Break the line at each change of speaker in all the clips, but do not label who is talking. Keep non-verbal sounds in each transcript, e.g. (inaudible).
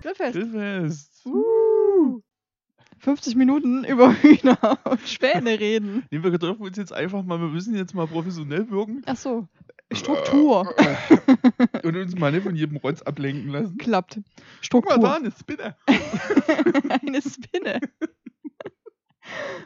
Grillfest.
Grillfest.
Uh. 50 Minuten (laughs) über Hühner und Späne reden.
Nee, wir dürfen uns jetzt einfach mal, wir müssen jetzt mal professionell wirken
Ach so.
Äh,
Struktur.
und uns mal nicht von jedem Rotz ablenken lassen.
Klappt.
äh, Guck mal
Struktur.
da, eine Spinne.
(laughs) Eine Spinne.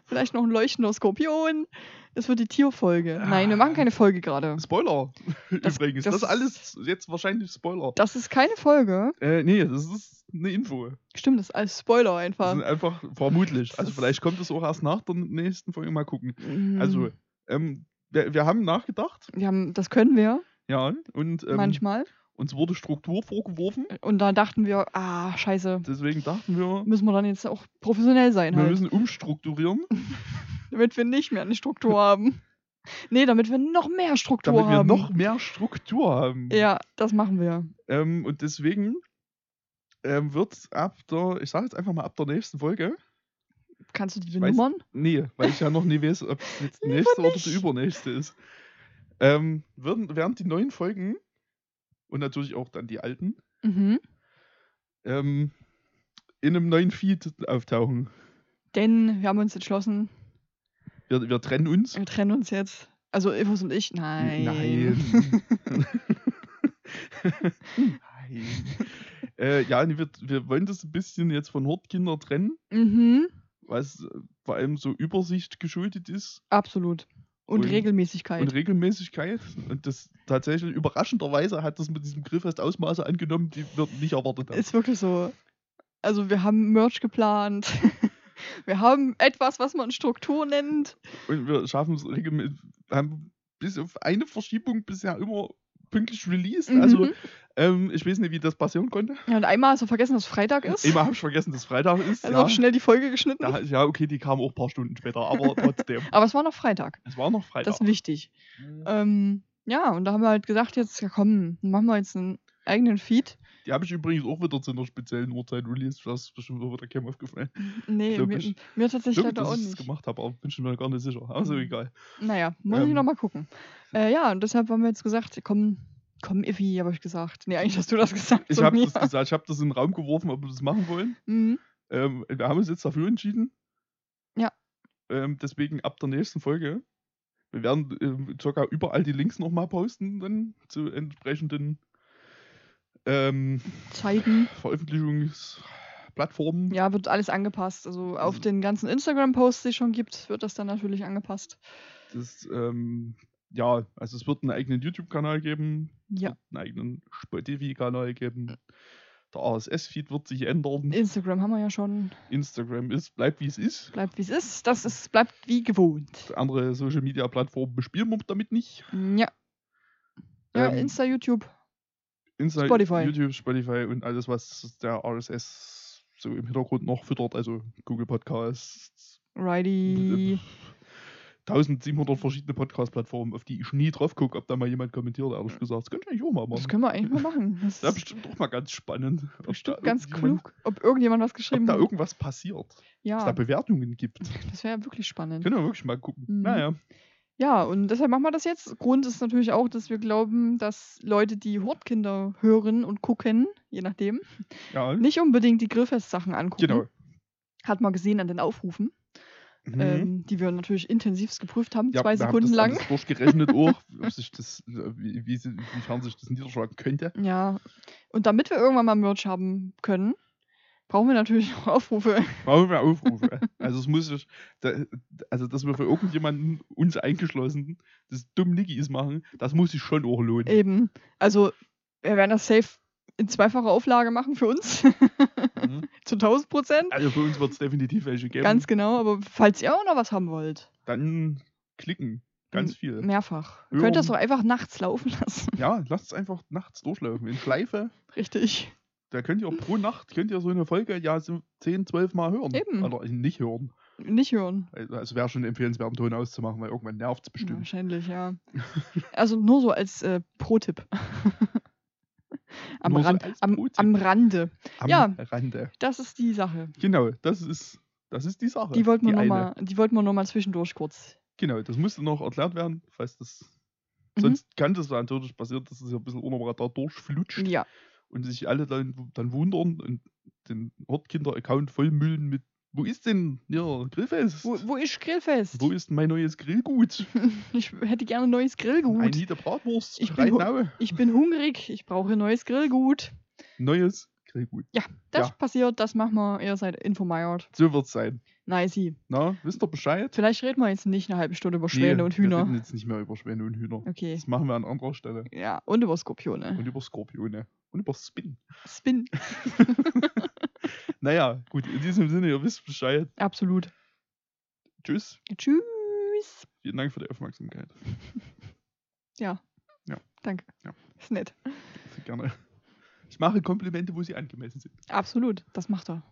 Vielleicht noch ein leuchtender Skorpion. Das wird die Tierfolge. Nein, wir machen keine Folge
Ah.
gerade.
Spoiler. (laughs)
Das-
Übrigens,
das
das, alles jetzt wahrscheinlich Spoiler.
Das ist keine Folge.
Äh, nee, das ist eine Info.
Stimmt, das ist alles Spoiler
Das
einfach.
sind einfach vermutlich.
Das
Also
ist-
vielleicht kommt es auch erst nach der nächsten Folge. Mal gucken.
Mm.
Also, ähm, wir, wir haben nachgedacht.
Wir haben, das können wir
Ja, und ähm,
manchmal.
uns wurde Struktur vorgeworfen.
Und da dachten wir, ah, scheiße,
Deswegen dachten wir,
müssen wir dann jetzt auch professionell sein
wir
halt.
müssen umstrukturieren,
Damit wir nicht mehr eine Struktur haben. (laughs) Nee, damit wir noch mehr Struktur
damit wir
haben.
noch mehr Struktur haben.
ja, das machen wir.
Ähm, und deswegen ähm, wird ab der, ich sage jetzt einfach mal ab der nächsten Folge,
Kannst du die
weiß-
benummern?
nee, weil ich ja noch nie
(laughs)
weiß, ob es jetzt die
Lieber
nächste oder die
nicht.
übernächste ist, ähm, werden, werden die neuen Folgen und natürlich auch dann die alten
Mhm.
ähm, in einem neuen Feed auftauchen.
Denn wir haben uns entschlossen,
Wir, wir trennen uns.
wir trennen uns jetzt. Also Evos und ich, nein.
Nein. (laughs) Nein. äh, ja, nee, wir, wir wollen das ein bisschen jetzt von Hortkinder trennen,
Mhm,
was äh, vor allem so Übersicht geschuldet ist.
absolut. Und,
Und-
Regelmäßigkeit.
Und Regelmäßigkeit. Und das tatsächlich überraschenderweise hat das mit diesem Grillfest Ausmaße angenommen, die wir nicht erwartet haben.
Ist wirklich so. Also wir haben Merch geplant. (laughs) wir haben etwas, was man Struktur nennt.
Und wir schaffen es regelmäßig, haben bis auf eine Verschiebung bisher immer pünktlich released. Also
Mhm.
ähm, ich weiß nicht, wie das passieren konnte.
ja, und einmal hast du vergessen, dass Freitag ist.
Immer habe ich vergessen, dass Freitag ist.
Also
ja.
auch schnell die Folge geschnitten.
Da, ja, okay, die kam auch ein paar Stunden später,
(laughs)
aber trotzdem.
Aber es war noch Freitag.
Es war noch Freitag.
Das ist wichtig. Ähm, ja, und da haben wir halt gesagt, jetzt ja, komm, machen wir jetzt einen eigenen Feed.
Die habe ich übrigens auch wieder zu einer speziellen Uhrzeit released. Das ist bestimmt wieder keinem aufgefallen.
Nee,
Glaub
mir,
ich.
mir tatsächlich
Stimmt,
leider
dass
auch
ich das
nicht. Hm.
gemacht habe, aber bin schon mir gar nicht sicher. Also egal.
Naja, muss ich
Ähm.
nochmal gucken. Äh, ja, und deshalb haben wir jetzt gesagt, komm, komm, Iffi, habe ich gesagt. Nee, eigentlich hast du das (laughs) gesagt.
Ich
zu
habe
mir.
das gesagt, ich habe das in den Raum geworfen, ob wir das machen wollen.
Mhm.
Ähm, wir haben uns jetzt dafür entschieden.
Ja.
Ähm, deswegen ab der nächsten Folge. Wir werden ähm, circa überall die Links nochmal posten, dann zu entsprechenden ähm,
Zeiten.
Veröffentlichungsplattformen.
Ja, wird alles angepasst. Also auf
Also-
den ganzen Instagram-Posts, die es schon gibt, wird das dann natürlich angepasst.
Das, ähm, ja, also es wird einen eigenen YouTube-Kanal geben, es
Ja,
wird einen eigenen Spotify-Kanal geben. Der RSS-Feed wird sich ändern.
Instagram haben wir ja schon.
Instagram ist, bleibt wie es ist.
Bleibt wie es ist. Das ist, bleibt wie gewohnt.
andere Social Media Plattformen bespielen wir damit nicht.
Ja. Ja,
Ähm,
Insta, YouTube.
Insta,
Spotify.
YouTube, Spotify und alles, was der RSS so im Hintergrund noch füttert, also Google Podcasts.
Righty.
1700 verschiedene Podcast-Plattformen, auf die ich nie drauf gucke, ob da mal jemand kommentiert, ehrlich gesagt. Das könnte ich auch mal
Das
machen.
können wir eigentlich mal
(laughs)
machen. Das
Das ist
ist
bestimmt auch mal ganz spannend. ob da
bestimmt ganz
irgendjemand-
klug, ob irgendjemand was
Ob
geschrieben
da
hat.
irgendwas passiert, dass da
Ja,
Bewertungen gibt.
das wäre ja wirklich spannend.
Können wir wirklich mal gucken.
Mhm.
Naja,
Ja, und deshalb machen wir das jetzt. Grund ist natürlich auch, dass wir glauben, dass Leute, die Hortkinder hören und gucken, je nachdem,
ja,
nicht unbedingt die Grillfest-Sachen angucken.
Hm? genau.
Hat man gesehen an den Aufrufen,
Mhm.
ähm, die wir natürlich intensivst geprüft haben, zwei
wir
Sekunden
haben das
lang.
alles durchgerechnet auch, ob sich das, wie, wie, sie- wiefern sich das niederschlagen könnte.
Ja, und damit wir irgendwann mal Merch haben können, brauchen wir natürlich (laughs) auch Aufrufe.
Brauchen wir Aufrufe. Also es muss sich, da, also dass wir für irgendjemanden, uns eingeschlossen, das dumm Nickies machen, das muss sich schon auch lohnen.
Eben. Also, wir werden das safe in zweifacher Auflage machen für uns,
Mhm.
zu 1000 Prozent.
Also für uns wird es definitiv welche geben.
Ganz genau, aber falls ihr auch noch was haben wollt,
Dann klicken. Ganz
M-
viel.
Mehrfach.
Ja.
Ihr könnt das doch einfach nachts laufen (laughs) lassen.
Ja, lasst es einfach nachts durchlaufen. In Schleife,
Richtig.
da könnt ihr auch pro Nacht, könnt ihr so eine Folge ja so 10, 12 Mal hören.
Eben.
Oder nicht hören.
Nicht hören.
Also es wäre schon empfehlenswert, einen Ton auszumachen, weil irgendwann nervt es
Ja,
bestimmt.
wahrscheinlich,
(laughs)
ja. Also nur so als äh, Pro-Tipp. am,
Nur so
Rand,
als
am,
Pro-Tipp.
am Rande.
Am
Ja.
Rande.
Das ist die Sache.
Genau, das ist, das ist die Sache.
Die wollten wir
eine.
nochmal noch mal zwischendurch kurz.
Genau, das musste noch erklärt werden, falls das.
Mhm.
Sonst kann das natürlich passieren, dass es ja ein bisschen unter dem Radar durchflutscht.
Ja.
und sich alle dann, dann wundern und den Hortkinder-Account vollmüllen mit, wo ist denn ja, Grillfest?
Wo, wo ist Grillfest?
Wo ist mein
(laughs)
neues Grillgut?
Ich hätte gerne neues Grillgut.
Ein Liter Bratwurst.
Ich bin
right
hu-
now.
Ich bin hungrig, ich brauche neues Grillgut.
Neues Grillgut.
Das
Ja.
passiert, das machen wir, ihr seid informiert.
So wird's sein.
Nicey.
Na, wisst ihr Bescheid?
Vielleicht reden wir jetzt nicht eine halbe Stunde über Schwäne
Nee,
und
Wir
Hühner.
reden jetzt nicht mehr über Schwäne und Hühner.
Okay.
Das machen wir an anderer Stelle.
Ja, und über Skorpione.
Und über Skorpione. Und über Spin.
Spin.
Naja, gut, in diesem Sinne, ihr wisst Bescheid.
Absolut.
Tschüss.
Tschüss.
Vielen Dank für die Aufmerksamkeit.
Danke.
Ja.
Ist nett.
Sehr gerne. Ich mache Komplimente, wo sie angemessen sind.
Absolut. Das macht er.